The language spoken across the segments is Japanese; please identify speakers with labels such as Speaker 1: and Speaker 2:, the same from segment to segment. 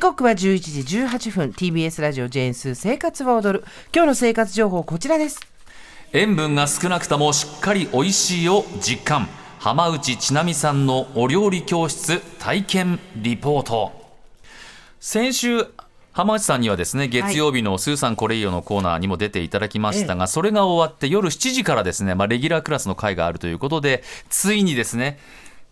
Speaker 1: 刻は11時18分 TBS ラジオジェーンスー生活は踊る今日の生活情報こちらです
Speaker 2: 塩分が少なくともしっかり美味しいを実感浜内千奈美さんのお料理教室体験リポート先週浜内さんにはですね月曜日の「スーさんこれいよ」のコーナーにも出ていただきましたが、それが終わって夜7時からですね、まあ、レギュラークラスの会があるということでついにですね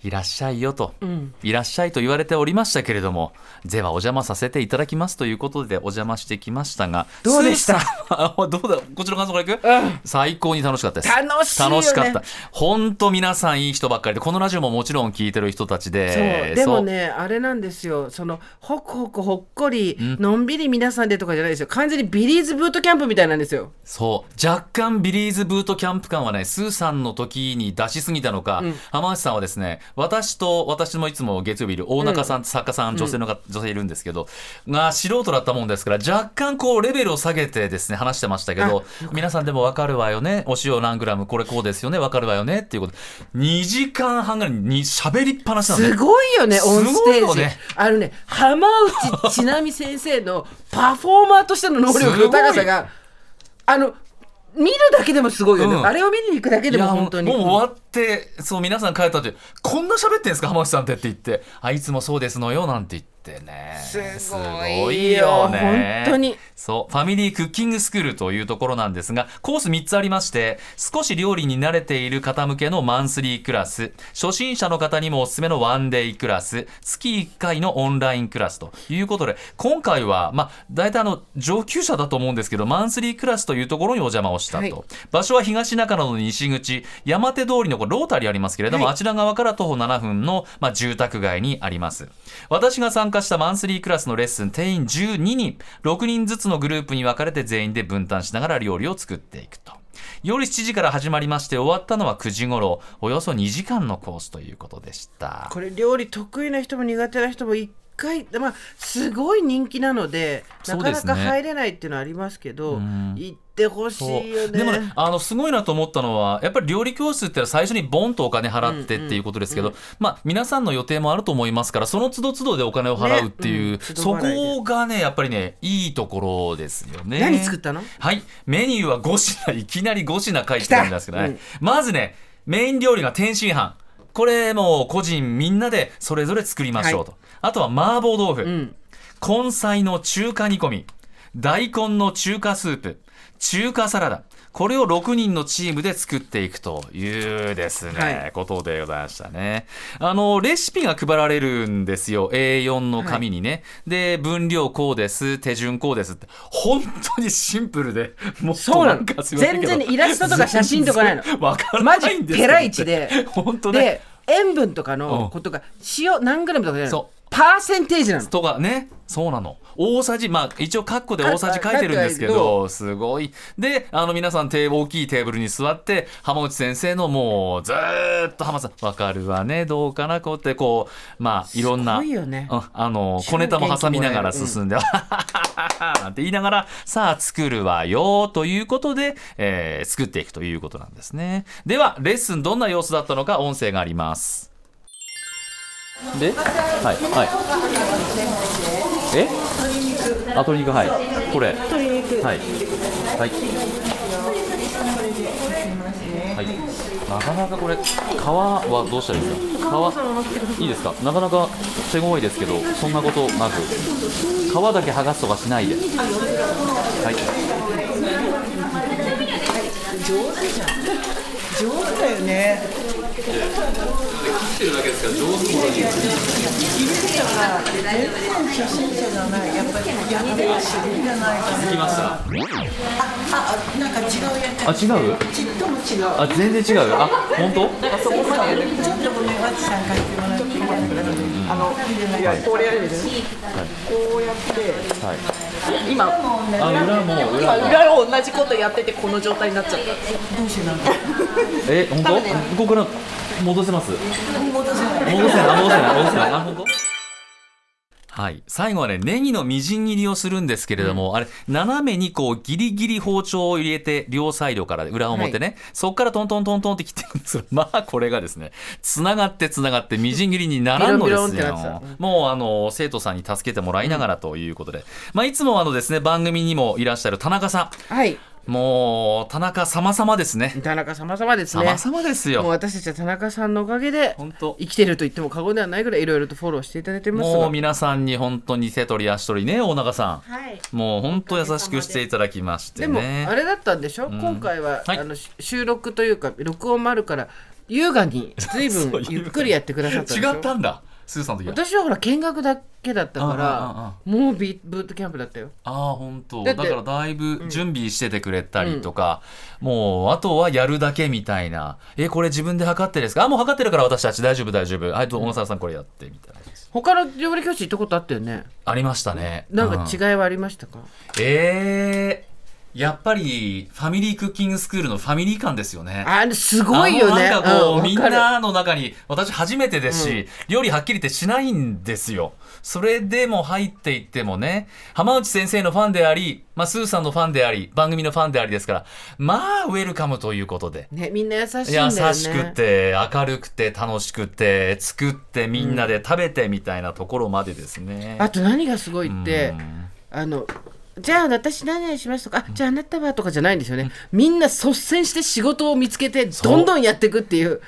Speaker 2: いらっしゃいよと、いらっしゃいと言われておりましたけれども、ではお邪魔させていただきますということでお邪魔してきましたが、
Speaker 1: どうでした
Speaker 2: スーさんは どうだ、こっちの感想からいく、最高に楽しかったです。
Speaker 1: 楽しいよね
Speaker 2: 楽しかった。本当皆さんいい人ばっかりで、このラジオももちろん聞いてる人たちで、
Speaker 1: そうでも
Speaker 2: そう
Speaker 1: ねあれなんですよそのほくほくほっこり、のんびり皆さんでとかじゃないですよ完全にビリーズブートキャンプみたいなんですよ
Speaker 2: そう若干ビリーズブートキャンプ感はねスーさんの時に出しすぎたのか、浜内さんはですね私と私もいつも月曜日いる大中さん、作家さん女性の方、女性いるんですけどが素人だったもんですから若干こうレベルを下げてですね話してましたけど皆さんでも分かるわよねお塩何グラムこれこうですよね分かるわよねっていうこと2時間半ぐらいに喋りっぱなしなのね
Speaker 1: すごいよね
Speaker 2: す
Speaker 1: オンス
Speaker 2: ごい
Speaker 1: テ
Speaker 2: よ
Speaker 1: ージ、
Speaker 2: ね
Speaker 1: あのね浜 内千奈美先生のパフォーマーとしての能力の高さがあの見るだけでもすごいよね、
Speaker 2: うん
Speaker 1: あれを見に行くだけでも本当に
Speaker 2: いやもうもう終わってそう皆さん帰ったってこんな喋ってんですか浜内さんってって言ってあいつもそうですのよなんて言ってね
Speaker 1: すごいよ
Speaker 2: ごいよね
Speaker 1: 本当に
Speaker 2: そうファミリークッキングスクールというところなんですがコース3つありまして少し料理に慣れている方向けのマンスリークラス初心者の方にもおすすめのワンデイクラス月1回のオンラインクラスということで今回はまあ大体あの上級者だと思うんですけどマンスリークラスというところにお邪魔をしたと、
Speaker 1: はい
Speaker 2: 場所は東中野の西口山手通りのこれロータリーありますけれども、
Speaker 1: はい
Speaker 2: あちら側から徒歩7分の、まあ、住宅街にあります私が参加したマンスリークラスのレッスン定員12人6人ずつのグループに分かれて全員で分担しながら料理を作っていくと夜7時から始まりまして終わったのは9時頃およそ2時間のコースということでした
Speaker 1: これ料理得意な人も苦手な人も一回まあすごい人気なのでな
Speaker 2: そう
Speaker 1: か
Speaker 2: で
Speaker 1: な
Speaker 2: すね
Speaker 1: か入れないっていうのはありますけど
Speaker 2: ん
Speaker 1: 行ってほし
Speaker 2: そう
Speaker 1: いよね
Speaker 2: でもねあのすごいなと思ったのはやっぱり料理教室ってのは最初にボンとお金払ってっていうことですけど、まあ、皆さんの予定もあると思いますからその都度都度でお金を払うってい
Speaker 1: ね
Speaker 2: う、
Speaker 1: うん
Speaker 2: そこがねやっぱりねいいところですよね。
Speaker 1: 何作ったの
Speaker 2: はいメニューは5品いきなり5品書いてあるんですけどね、
Speaker 1: 来
Speaker 2: まずねメイン料理が天津飯これもう個人みんなでそれぞれ作りましょうと、あとは麻婆豆腐、
Speaker 1: ん
Speaker 2: 根菜の中華煮込み大根の中華スープ中華サラダこれを6人のチームで作っていくというですね、
Speaker 1: はい
Speaker 2: ことでございましたねあのレシピが配られるんですよ A4 の紙にね、で分量こうです手順こうですって本当にシンプルでもう
Speaker 1: そうなの
Speaker 2: なんかすいませんけど
Speaker 1: 全然イラストとか写真とかないの
Speaker 2: 全然わから
Speaker 1: マ
Speaker 2: ない
Speaker 1: ジ
Speaker 2: んです
Speaker 1: ペライチで
Speaker 2: 本当ね
Speaker 1: で塩分とか
Speaker 2: う
Speaker 1: の
Speaker 2: ん
Speaker 1: ことが塩何グラムとかじゃないの
Speaker 2: そ
Speaker 1: パーセンテージなの
Speaker 2: とかねそうなの大さじまあ一応カッコで大さじ書いてるんですけ
Speaker 1: カッコ
Speaker 2: どすごいであの皆さんテーブル大きいテーブルに座って浜内先生のもうずーっと浜内さんわかるわねどうかなこうやってこうまあいろんな
Speaker 1: すごいよね
Speaker 2: うんあの小ネタも挟みながら進んで、なん て言いながら、さあ作るわよということで、えー作っていくということなんですね。では、レッスンどんな様子だったのか音声があります。で、はい、はい。えあ、鶏肉、はい。これ。鶏肉。はい。はい。はい、なかなかこれ、皮はどうしたらいいですか皮いいですかなかなか手強いですけど、そんなことなく、皮だけ剥がすとかしないで。はいできました。あ、違う。ちっとも違う。あ、全然違う。あ、本当。はい。
Speaker 3: 今
Speaker 2: あ、裏も、裏
Speaker 3: 今
Speaker 2: も。
Speaker 3: 裏を同じことやっててこの状態になっちゃった
Speaker 2: え、本当。ここから 戻せます。戻せない。戻せない。あ戻せない。あ、本当。はい、最後はねネギのみじん切りをするんですけれども、あれ斜めにこうギリギリ包丁を入れて両サイドから裏表ね、そこからトントントントンって切っていくんですが まあこれがですねつながってつながってみじん切りにならんのです
Speaker 1: ビロ
Speaker 2: よ
Speaker 1: ンビロンってなってた
Speaker 2: もうあの生徒さんに助けてもらいながらということで、まあ、いつもあのですね番組にもいらっしゃる田中さ
Speaker 1: はい
Speaker 2: んもう田中様々ですね
Speaker 1: 田中様様ですね
Speaker 2: 様々です
Speaker 1: もう
Speaker 2: よ
Speaker 1: 私たちは田中さんのおかげで
Speaker 2: 本当
Speaker 1: 生きてると言っても過言ではないぐらいいろいろとフォローしていただいてます
Speaker 2: も
Speaker 1: が
Speaker 2: う皆さんに本当に手取り足取りね大中さん
Speaker 3: はい。
Speaker 2: もう本当優しくしていただきまして
Speaker 1: でも
Speaker 2: ね
Speaker 1: あれだったんでしょ、今回は、
Speaker 2: はい
Speaker 1: あのし収録というか録音もあるから優雅に随
Speaker 2: そ
Speaker 1: 分
Speaker 2: う
Speaker 1: ゆっくりやってくださったんでしょ
Speaker 2: 違ったんだスーさんの時は
Speaker 1: 私はほら見学だけだったか
Speaker 2: うんうんう
Speaker 1: ら
Speaker 2: ん
Speaker 1: もうビブートキャンプだったよ
Speaker 2: ああ本当
Speaker 1: だ
Speaker 2: だ
Speaker 1: って
Speaker 2: からだいぶ準備しててくれたりとか、もうあとはやるだけみたいなえこれ自分で測ってですかあもう測ってるから私たち大丈夫大丈夫はいと小野さんこれやってみたいな
Speaker 1: 他の料理教室行ったことあったよね
Speaker 2: ありましたね
Speaker 1: なん
Speaker 2: う
Speaker 1: か違いはありましたか、
Speaker 2: えー、やっぱりファミリークッキングスクールのファミリー感ですよね
Speaker 1: あれすごいよね
Speaker 2: あのなんかこう、
Speaker 1: うん
Speaker 2: みん
Speaker 1: わかる
Speaker 2: なの中に、私初めてですし、料理はっきりってしないんですよ。それでも入っていってもね、浜内先生のファンであり、まあ、スーさんのファンであり、番組のファンでありですから、まあ、ウェルカムということで。
Speaker 1: ねみんな優しいんだよね
Speaker 2: 優しくて、明るくて、楽しくて、作って、みんなで食べてみたいなところまでですね。
Speaker 1: あと何がすごいって、
Speaker 2: うん
Speaker 1: あのじゃあ私何々しますとかあじゃああなたはとかじゃないんですよね、みんな率先して仕事を見つけて
Speaker 2: う
Speaker 1: どんどんやっていくっていう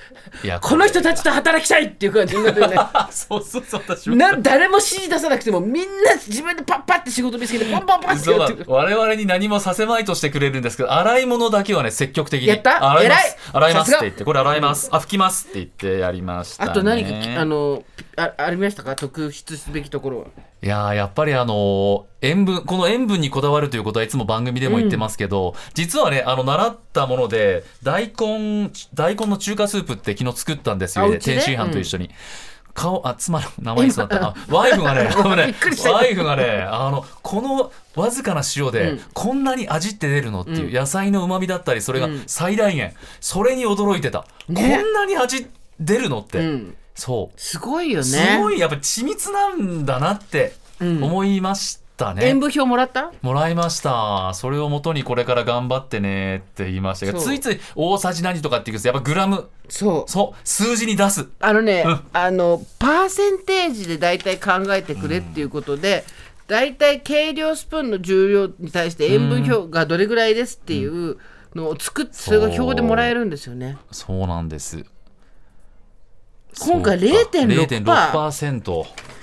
Speaker 2: いや
Speaker 1: この人たちと働きたいっていう感じになってるね
Speaker 2: そうそうそう、私も
Speaker 1: な誰も指示出さなくてもみんな自分でパッパって仕事見つけてパンパンパンって
Speaker 2: そう
Speaker 1: や
Speaker 2: だ
Speaker 1: っていく
Speaker 2: 我々に何もさせまいとしてくれるんですけど洗い物だけはね積極的に
Speaker 1: やった
Speaker 2: 洗いま
Speaker 1: 偉い
Speaker 2: す洗います
Speaker 1: さ
Speaker 2: っ
Speaker 1: す
Speaker 2: て
Speaker 1: が
Speaker 2: 言ってこれ洗います、あ拭きますって言ってやりました、
Speaker 1: あ
Speaker 2: ね、
Speaker 1: と何かきあのあありましたか特筆すべきところはい
Speaker 2: やーやっぱりあのー塩分この塩分にこだわるということはいつも番組でも言ってますけど、実はねあの習ったもので大根大根の中華スープって昨日作ったんです
Speaker 1: あ
Speaker 2: よ
Speaker 1: うちで
Speaker 2: 天津飯と一緒に。顔あ妻の名前に座ったあワイ フがねあのね
Speaker 1: びっくりした
Speaker 2: ワイフがねあのこのわずかな塩で、
Speaker 1: うん
Speaker 2: こんなに味って出るのっていう、
Speaker 1: うん
Speaker 2: 野菜のうまみだったりそれが
Speaker 1: うん
Speaker 2: 最大限、それに驚いてた、
Speaker 1: ね
Speaker 2: こんなに味出るのって、
Speaker 1: うん
Speaker 2: そう
Speaker 1: すごいよね
Speaker 2: すごいやっぱ緻密なんだなって
Speaker 1: うん
Speaker 2: 思いましたね。
Speaker 1: 演舞表もらった
Speaker 2: もらいました。それをもとにこれから頑張ってねって言いましたけど、
Speaker 1: そう
Speaker 2: ついつい大さじ何とかって言うんですやっぱグラム、
Speaker 1: そう
Speaker 2: そう、数字に出す。
Speaker 1: あのね、
Speaker 2: うん
Speaker 1: あのパーセンテージで大体考えてくれっていうことで、大体計量スプーンの重量に対して塩分表がどれぐらいですっていうのを作ってそれが表でもらえるんですよね。
Speaker 2: そうなんです。
Speaker 1: 今回
Speaker 2: そうか
Speaker 1: 0.6%
Speaker 2: 0.6%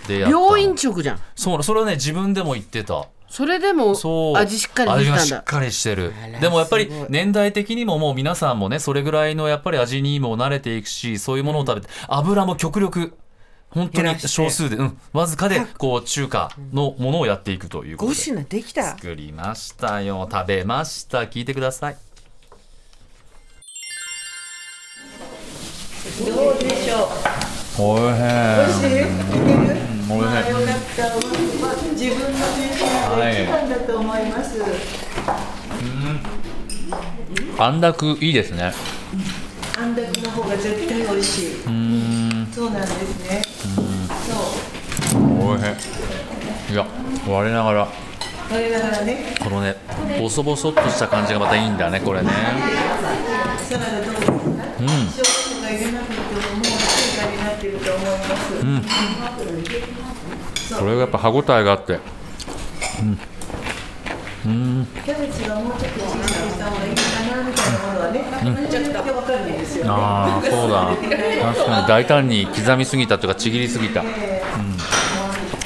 Speaker 2: でやったの。
Speaker 1: 病院食じゃん。
Speaker 2: そう、それはね、自分でも言ってた。
Speaker 1: それでも
Speaker 2: そう
Speaker 1: 味しっかりできたん
Speaker 2: 味がしっ
Speaker 1: だ。
Speaker 2: かりしてる
Speaker 1: あら
Speaker 2: でもやっぱり
Speaker 1: すごい
Speaker 2: 年代的にももう皆さんもねそれぐらいのやっぱり味にも慣れていくしそういうものを食べて油も極力本当
Speaker 1: 減
Speaker 2: に
Speaker 1: らして
Speaker 2: 少数で、うん、わずかでこう中華のものをやっていくということ
Speaker 1: 5
Speaker 2: で
Speaker 1: 品できた。
Speaker 2: 作りましたよ食べました聞いてください
Speaker 3: どうでしょう。
Speaker 2: おいしいおいしい
Speaker 3: よかった。まあ自分の人生が一番だと思います。
Speaker 2: あんだくいいですね
Speaker 3: あんだけの方が絶対美味しい。そうなんですね。そう。
Speaker 2: おいしいいや我ながら
Speaker 3: 我ながらね、
Speaker 2: このねボソボソっとした感じがまたいいんだねこれね
Speaker 3: サラダどうですか？少々が入れなくてももう中華になってると思います。
Speaker 2: これがやっぱ歯ごたえがあって
Speaker 3: キャベツがもうちょっと小さくした方がいいかなみたいなものはね、めちゃくちゃわかるんですよね。
Speaker 2: ああそうだ確かに大胆に刻みすぎたというかちぎりすぎた、うん、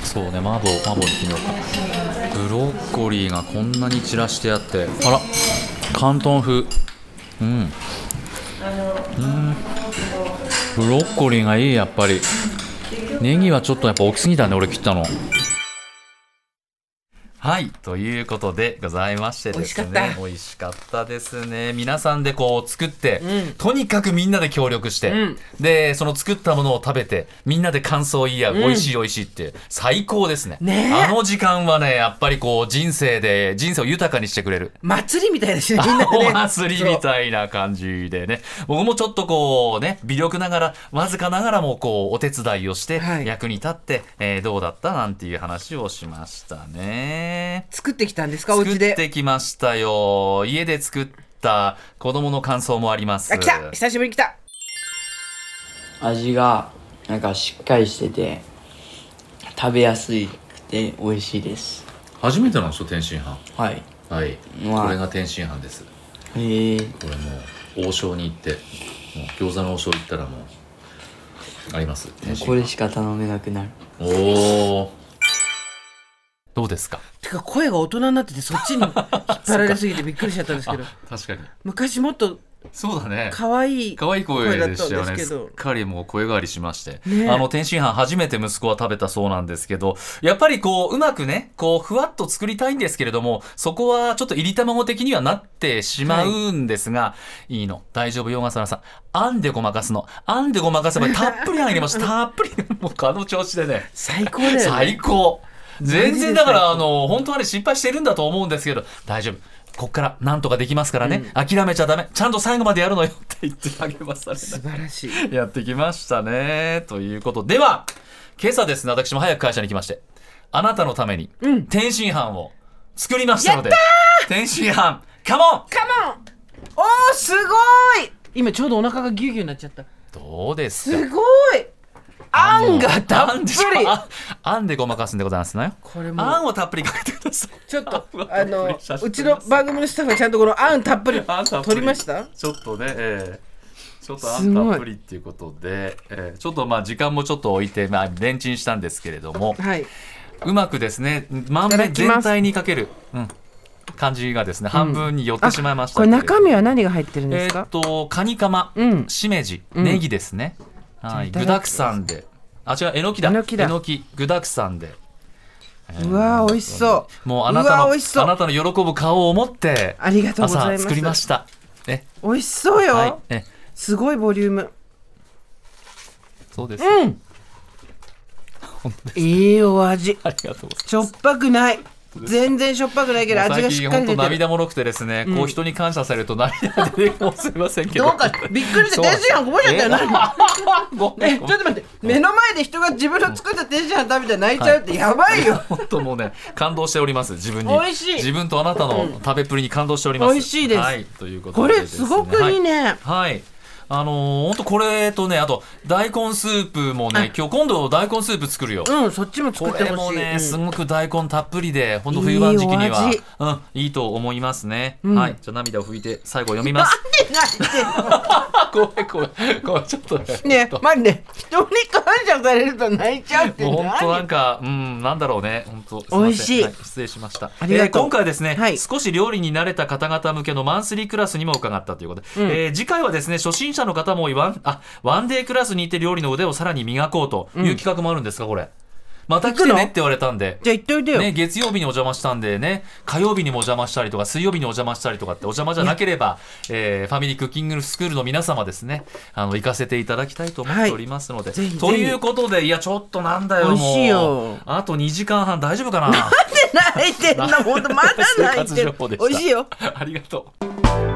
Speaker 2: そうね麻婆麻婆に決めようかブロッコリーがこんなに散らしてあってあら広東風うん、うん、ブロッコリーがいいやっぱりネギはちょっとやっぱ大きすぎたね俺切ったのはいということでございましてです
Speaker 1: 美味しかっ
Speaker 2: ね
Speaker 1: た
Speaker 2: 美味しかったですね皆さんでこう作って、とにかくみんなで協力して、
Speaker 1: ん
Speaker 2: でその作ったものを食べてみんなで感想を言い合う、美味しい美味しいって最高ですね
Speaker 1: ねえ
Speaker 2: あの時間はねやっぱりこう人生で人生を豊かにしてくれる
Speaker 1: 祭りみたい ですね、みんなで、ね。
Speaker 2: お祭りみたいな感じでね僕もちょっとこうね微力ながらわずかながらもこうお手伝いをして
Speaker 1: はい
Speaker 2: 役に立って、えーどうだったなんていう話をしましたね
Speaker 1: そう作ってきたんですか、お
Speaker 2: 作っ
Speaker 1: 家で。
Speaker 2: てきましたよ家で作った子供の感想もあります
Speaker 1: あ、来た久しぶりに来た
Speaker 4: 味がなんかしっかりしてて食べやすくて美味しいです
Speaker 2: 初めてなんですよ天津飯
Speaker 4: はい
Speaker 2: はい、
Speaker 4: うわ
Speaker 2: これが天津飯です
Speaker 4: へえ
Speaker 2: これもう王将に行ってもう餃子の王将行ったらもうあります天津飯
Speaker 4: これしか頼めなくなる
Speaker 2: おおどうですか
Speaker 1: てか声が大人になっててそっちに引っ張られすぎてびっくりしちゃったんですけど
Speaker 2: 確かに
Speaker 1: 昔もっと
Speaker 2: そうだね
Speaker 1: 可愛い
Speaker 2: 可愛い声でしたよ
Speaker 1: 声だったん
Speaker 2: ね
Speaker 1: です
Speaker 2: す
Speaker 1: け
Speaker 2: っ
Speaker 1: ど
Speaker 2: かりもう声変わりしまして、
Speaker 1: ねえ
Speaker 2: あの天津飯初めて息子は食べたそうなんですけどやっぱりこううまくねこうふわっと作りたいんですけれどもそこはちょっと入り卵的にはなってしまうんですが、い、いの大丈夫よ小笠原さん編んでごまかすの編んでごまかせばたっぷり入りま したたっぷりもうあの調子でね
Speaker 1: 最高だよね
Speaker 2: 最高全然だ
Speaker 1: マジで最
Speaker 2: から
Speaker 1: 高
Speaker 2: あの本当はね失敗してるんだと思うんですけど大丈夫こっからなんとかできますからね、諦めちゃダメちゃんと最後までやるのよって言ってあげます
Speaker 1: 素晴らしい
Speaker 2: やってきましたねということでは今朝ですね私も早く会社に来ましてあなたのために天津飯を作りましたので、天津飯カモン
Speaker 1: カモンおーすごい今ちょうどお腹がギュウギュウになっちゃった
Speaker 2: どうですか
Speaker 1: すごいあんがたっぷり
Speaker 2: あんでごまかすんでございますね
Speaker 1: これ
Speaker 2: あ
Speaker 1: も
Speaker 2: んをたっぷりかけてください
Speaker 1: ちょっと
Speaker 2: あん
Speaker 1: あ
Speaker 2: たっぷ
Speaker 1: の
Speaker 2: り写真撮ります
Speaker 1: うちの番組のスタッフがちゃんとこのあんたっぷり
Speaker 2: あんたっぷ
Speaker 1: 取りました
Speaker 2: ちょっとね、ええちょっとあ
Speaker 1: す
Speaker 2: ん
Speaker 1: ごい
Speaker 2: たっぷりっていうことで、ええちょっとまあ時間もちょっと置いて、まあ、レンチンしたんですけれども
Speaker 1: はい、
Speaker 2: うまくですねまん
Speaker 1: いた
Speaker 2: べ
Speaker 1: だ
Speaker 2: ん
Speaker 1: きます
Speaker 2: 全体にかける、うん、感じがですね半分に寄ってしまいました
Speaker 1: こ
Speaker 2: け
Speaker 1: れ
Speaker 2: ど、
Speaker 1: 中身は何が入ってるん
Speaker 2: え
Speaker 1: です
Speaker 2: ーっ
Speaker 1: か、
Speaker 2: とカニカマ、
Speaker 1: うん
Speaker 2: しめじ、
Speaker 1: うん
Speaker 2: ネギですね、はい、
Speaker 1: いただきま
Speaker 2: 具
Speaker 1: す
Speaker 2: だくさんであ違うえのきだ
Speaker 1: えのきだ
Speaker 2: 具だくさんで
Speaker 1: うわー美味しそう
Speaker 2: もうあなた
Speaker 1: うわ
Speaker 2: の
Speaker 1: 美味しそう
Speaker 2: あなたの喜ぶ顔を持って
Speaker 1: ありがとうございま
Speaker 2: 朝
Speaker 1: す
Speaker 2: 作りましたえ
Speaker 1: 美味しそうよ、
Speaker 2: はいえ
Speaker 1: すごいボリューム
Speaker 2: そうです、
Speaker 1: うんいいお味
Speaker 2: ありがとうございます
Speaker 1: しょっぱくない全然しょっぱくないけど味が
Speaker 2: 最
Speaker 1: し
Speaker 2: 近
Speaker 1: っかり
Speaker 2: 本
Speaker 1: 出
Speaker 2: 当
Speaker 1: てる
Speaker 2: 涙もろくてですね、こう人に感謝されると涙が出てもうすいませんけど
Speaker 1: どうかびっくりして天津飯こぼしちゃったよ何
Speaker 2: そうごめ
Speaker 1: え
Speaker 2: ん
Speaker 1: ち
Speaker 2: ご
Speaker 1: ょっ
Speaker 2: めん
Speaker 1: と待って目の前で人が自分の作った天津飯食べて泣いちゃうってやばいよ、
Speaker 2: 本当もうね感動しております自分に
Speaker 1: 美味しい
Speaker 2: 自分とあなたの食べっぷりに感動しております
Speaker 1: 美味しいです
Speaker 2: はいということ
Speaker 1: こ
Speaker 2: で
Speaker 1: れ
Speaker 2: です
Speaker 1: す
Speaker 2: ね
Speaker 1: ごくいいね、
Speaker 2: はい、はいあのー、ほんとこれとねあと大根スープもね今日今度大根スープ作るよ、
Speaker 1: うんそっちも作
Speaker 2: こ
Speaker 1: って
Speaker 2: れも
Speaker 1: ほしい、
Speaker 2: ね、
Speaker 1: うん
Speaker 2: すごく大根たっぷりで、本当冬場の時期に
Speaker 1: い
Speaker 2: は、
Speaker 1: い
Speaker 2: うん、いいと思いますね。
Speaker 1: ん
Speaker 2: はい、じゃあ涙を拭いて、最後読みます。
Speaker 1: なんで泣いてんの
Speaker 2: ごめんごめんごめんちょっとね
Speaker 1: ねえマジで人に感謝されると泣いちゃうって
Speaker 2: もう本当なん
Speaker 1: 何
Speaker 2: か、うん、なんだろうね、本当。すません
Speaker 1: 美味しい
Speaker 2: は失礼しました。
Speaker 1: ありがとう
Speaker 2: 今回はですね、
Speaker 1: はい
Speaker 2: 少し料理に慣れた方々向けのマンスリークラスにも伺ったということで、
Speaker 1: うん
Speaker 2: えー次回はですね、初心者の方もワン、あ、ワンデークラスに行って料理の腕をさらに磨こうという企画もあるんですか、これ。また来
Speaker 1: 行く
Speaker 2: て
Speaker 1: の
Speaker 2: ねって言われたんで。
Speaker 1: じゃあ言っておいてよ、
Speaker 2: ね、月曜日にお邪魔したんでね火曜日にもお邪魔したりとか水曜日にお邪魔したりとかってお邪魔じゃなければ、えーファミリークッキングスクールの皆様ですねあの行かせていただきたいと思っておりますので、
Speaker 1: はいぜひぜひ
Speaker 2: ということでいやちょっとなんだよもう
Speaker 1: 美味しいよ
Speaker 2: あと2時間半大丈夫かな
Speaker 1: 泣いてんの本当まだ泣いて
Speaker 2: 生
Speaker 1: る
Speaker 2: 活情報でした
Speaker 1: 美味しいよ
Speaker 2: ありがとう